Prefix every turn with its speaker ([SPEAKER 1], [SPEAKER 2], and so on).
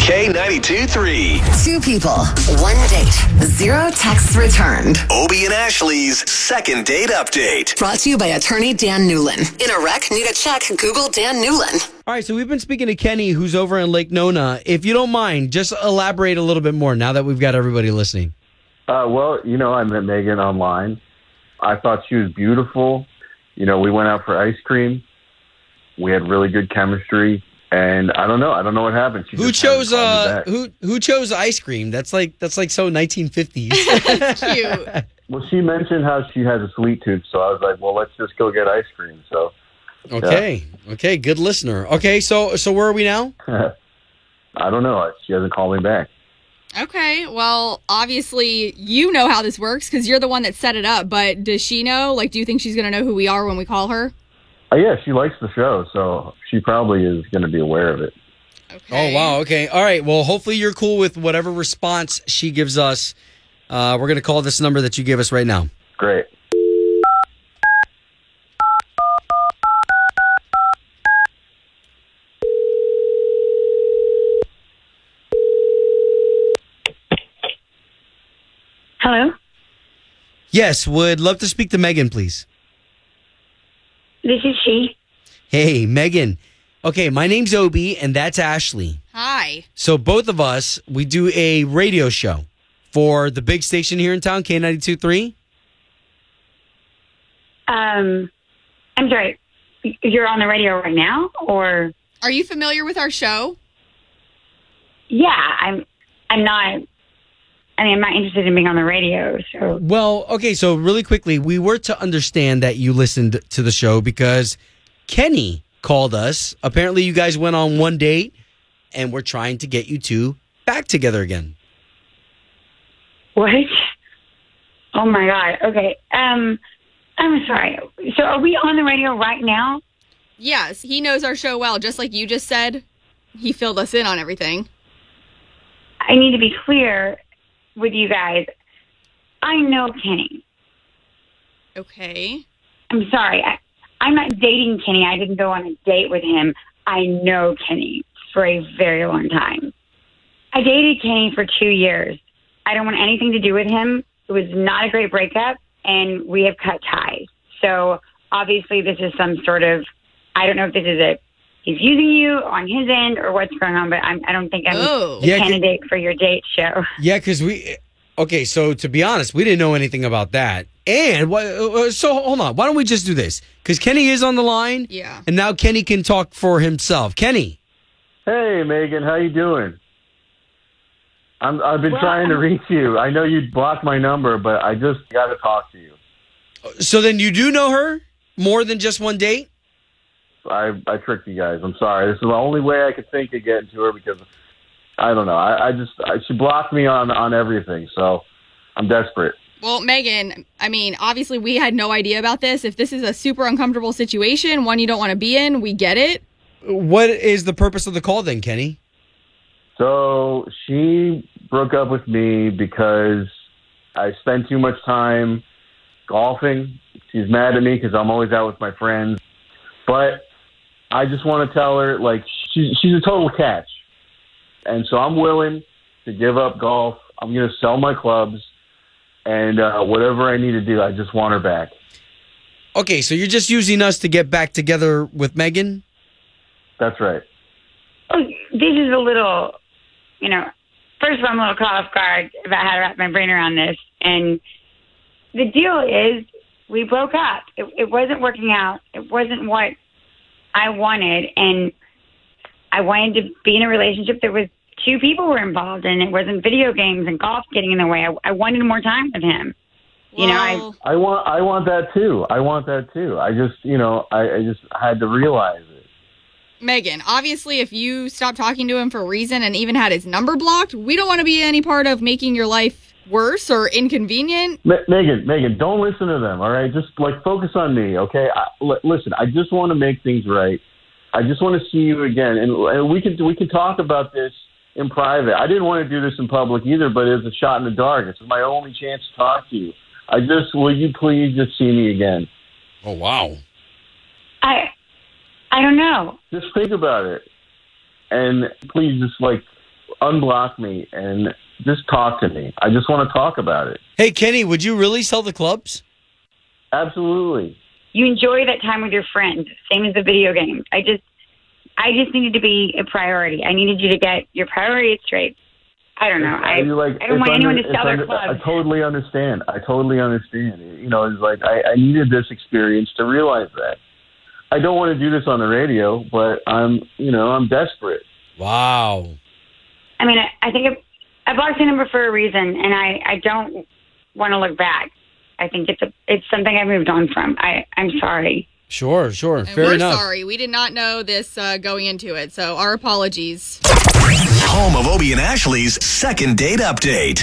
[SPEAKER 1] K92 3.
[SPEAKER 2] Two people, one date, zero texts returned.
[SPEAKER 1] Obie and Ashley's second date update.
[SPEAKER 2] Brought to you by attorney Dan Newlin. In a wreck, need a check, Google Dan Newlin.
[SPEAKER 3] All right, so we've been speaking to Kenny, who's over in Lake Nona. If you don't mind, just elaborate a little bit more now that we've got everybody listening.
[SPEAKER 4] Uh, well, you know, I met Megan online. I thought she was beautiful. You know, we went out for ice cream. We had really good chemistry, and I don't know. I don't know what happened. She
[SPEAKER 3] Who
[SPEAKER 4] just hasn't
[SPEAKER 3] chose
[SPEAKER 4] called me
[SPEAKER 3] uh
[SPEAKER 4] back.
[SPEAKER 3] who who chose ice cream? That's like that's like so 1950s.
[SPEAKER 5] Cute.
[SPEAKER 4] Well, she mentioned how she has a sweet tooth, so I was like, well, let's just go get ice cream. So
[SPEAKER 3] okay. Okay, good listener. Okay, so so where are we now?
[SPEAKER 4] I don't know. She hasn't called me back.
[SPEAKER 5] Okay. Well, obviously you know how this works because you're the one that set it up. But does she know? Like, do you think she's gonna know who we are when we call her?
[SPEAKER 4] Uh, yeah, she likes the show, so she probably is going to be aware of it.
[SPEAKER 3] Oh wow, okay. All right. Well, hopefully you're cool with whatever response she gives us. Uh, we're gonna call this number that you gave us right now.
[SPEAKER 4] Great.
[SPEAKER 6] Hello,
[SPEAKER 3] Yes, would love to speak to Megan, please.
[SPEAKER 6] this is she.
[SPEAKER 3] Hey, Megan. Okay, my name's Obie and that's Ashley.
[SPEAKER 5] Hi.
[SPEAKER 3] So both of us, we do a radio show for the big station here in town, K92.3.
[SPEAKER 6] Um, I'm sorry, y- you're on the radio right now, or
[SPEAKER 5] Are you familiar with our show?
[SPEAKER 6] yeah, I'm. I'm not. I mean, I'm not interested in being on the radio. So
[SPEAKER 3] Well, okay, so really quickly, we were to understand that you listened to the show because Kenny called us. Apparently, you guys went on one date, and we're trying to get you two back together again.
[SPEAKER 6] what? Oh my god. Okay. Um, I'm sorry. So are we on the radio right now?
[SPEAKER 5] Yes. He knows our show well, just like you just said. He filled us in on everything.
[SPEAKER 6] I need to be clear with you guys. I know Kenny.
[SPEAKER 5] Okay.
[SPEAKER 6] I'm sorry. I, I'm not dating Kenny. I didn't go on a date with him. I know Kenny for a very long time. I dated Kenny for two years. I don't want anything to do with him. It was not a great breakup, and we have cut ties. So obviously, this is some sort of I don't know if this is it. He's using you on his end or what's going on, but I'm, I don't think I'm
[SPEAKER 5] Oh.
[SPEAKER 6] the
[SPEAKER 3] Yeah, 'cause-
[SPEAKER 6] candidate for your date show.
[SPEAKER 3] Yeah, because we. Okay, so to be honest, we didn't know anything about that. And wha- uh, so hold on, why don't we just do this? Because Kenny is on the line,
[SPEAKER 5] Yeah.
[SPEAKER 3] and now Kenny can talk for himself. Kenny.
[SPEAKER 4] Hey, Megan, how you doing? I'm, I've been trying to reach you. I know you blocked my number, but I just got to talk to you.
[SPEAKER 3] So then you do know her more than just one date?
[SPEAKER 4] I, I tricked you guys. I'm sorry. This is the only way I could think of getting to her because I don't know. I, I just I, she blocked me on on everything, so I'm desperate.
[SPEAKER 5] Well, Megan, I mean, obviously we had no idea about this. If this is a super uncomfortable situation, one you don't want to be in, we get it.
[SPEAKER 3] What is the purpose of the call then, Kenny?
[SPEAKER 4] So she broke up with me because I spend too much time golfing. She's mad at me because I'm always out with my friends. But I just want to tell her, like, she's, she's a total catch. And so I'm willing to give up golf. I'm going to sell my clubs and uh, whatever I need to do, I just want her back.
[SPEAKER 3] Okay, so you're just using us to get back together with Megan?
[SPEAKER 4] That's right.
[SPEAKER 6] Oh, this is a little, you know, first of all, I'm a little caught off guard about how to wrap my brain around this. And the deal is, we broke up. It, it wasn't working out. It wasn't what I wanted. And I wanted to be in a relationship that was two people were involved in. It wasn't video games and golf getting in the way. I, I wanted more time with him. You know, I-
[SPEAKER 5] Well,
[SPEAKER 4] I want, I want that too. I want that too. I just, you know, I, I just had to realize it.
[SPEAKER 5] Megan, obviously, if you stopped talking to him for a reason and even had his number blocked, we don't want to be any part of making your life worse or inconvenient.
[SPEAKER 4] Me- Megan, Megan, don't listen to them. All right, just like focus on me. Okay, I l listen. I just want to make things right. I just want to see you again, and, and we can we can talk about this in private. I didn't want to do this in public either, but it was a shot in the dark. It's my only chance to talk to you. I just will you please just see me again.
[SPEAKER 3] Oh, wow.
[SPEAKER 6] I, I don't know.
[SPEAKER 4] Just think about it, and please just like unblock me and just talk to me. I just want to talk about it.
[SPEAKER 3] Hey, Kenny, would you really sell the clubs?
[SPEAKER 4] Absolutely.
[SPEAKER 6] You enjoy that time with your friends, same as the video games. I just, I just needed to be a priority. I needed you to get your priorities straight. I don't know. I,
[SPEAKER 4] And you, like,
[SPEAKER 6] I don't
[SPEAKER 4] it's
[SPEAKER 6] want anyone
[SPEAKER 4] under-
[SPEAKER 6] to
[SPEAKER 4] it's
[SPEAKER 6] sell their
[SPEAKER 4] under- I
[SPEAKER 6] clubs.
[SPEAKER 4] totally understand. I totally understand. You know, it's like I, I needed this experience to realize that. I don't want to do this on the radio, but I'm, you know, I'm desperate.
[SPEAKER 3] Wow.
[SPEAKER 6] I mean, I, I think it, I blocked your number for a reason, and I, I don't want to look back. I think it's a, it's something I moved on from. I, I'm sorry.
[SPEAKER 3] Sure, sure.
[SPEAKER 5] And
[SPEAKER 3] Fair
[SPEAKER 5] we're
[SPEAKER 3] enough.
[SPEAKER 5] sorry. We did not know this uh, going into it. So our apologies.
[SPEAKER 1] Home of Obie and Ashley's second date update.